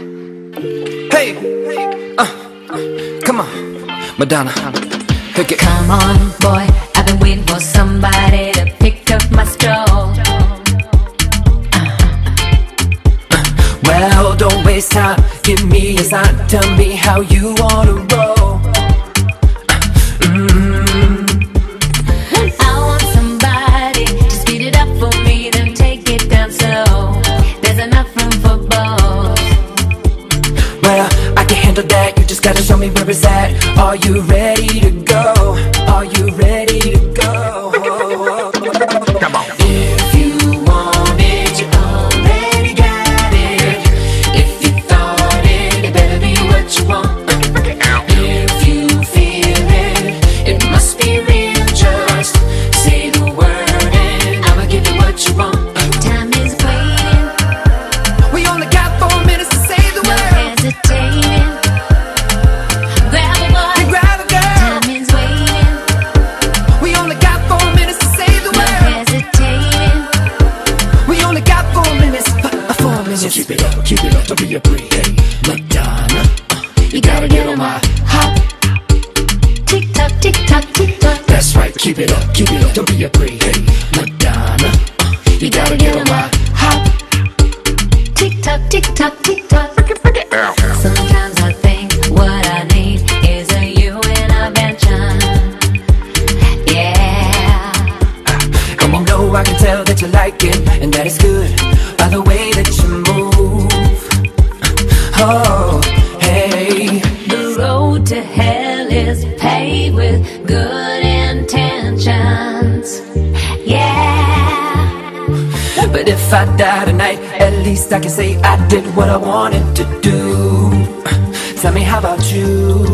Hey, uh, come on, Madonna, hook it. Come on, boy, I've been waiting for somebody to pick up my stroll. Well, don't waste time. Give me a sign. Tell me how you wanna roll. I want somebody to speed it up for me, then take it down slow. There's enough room for both. Well, I can handle that. You just gotta show me where it's at. Are you ready to go? Are you ready to go? Come on. If you want it, you already got it. If you thought it, it better be what you want. If you feel it, it must be real. Just say the word and I'ma give you what you want. Time is waiting, We only got four minutes to say the no word. hesitating. Grab a Then boy, grab a girl. time is waiting, We only got four minutes to say the no word. hesitating. We only got four minutes. F- uh, four minutes. Keep it up, keep it up, don't be a break. Hey, Madonna, You gotta get on my hop. Tick tock, tick tock, tick tock. that's right. Keep it up, keep it up, don't be a break. Hey, Madonna, You gotta get on my hop. Tick tock, tick tock, tick tock. Sometimes I think what I need is a you and I venture. Yeah. And you know I can tell that you like it, and that it's good by the way that you move. Oh, hey. The road to hell is paved with good intentions. Yeah. But if I die tonight, at least I can say I did what I wanted to do. Tell me, how about you?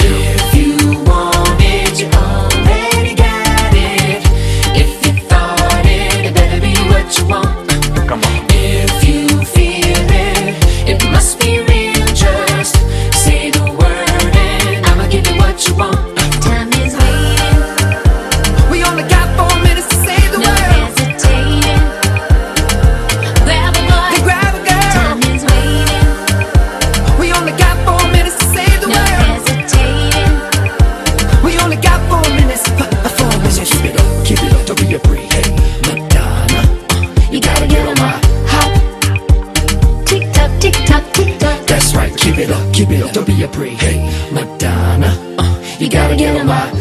If you want it, you already got it. If you thought it, it better be what you want. Come on. If you feel it, it must be real. Just say the word, and I'ma give you what you want. Time is waiting, We only got four minutes to say the no word. hesitating. Grab a boy. Grab a girl. Time is waiting, We only got four minutes to say the no word. hesitating. We only got four minutes. F- Four minutes. keep it up, keep it up, don't be a break. Hey, Madonna, You gotta get on my hop. Tick tock, tick tock, tick tock. that's right. Keep it up, keep it up, don't be a break. Hey, Madonna, you gotta get on my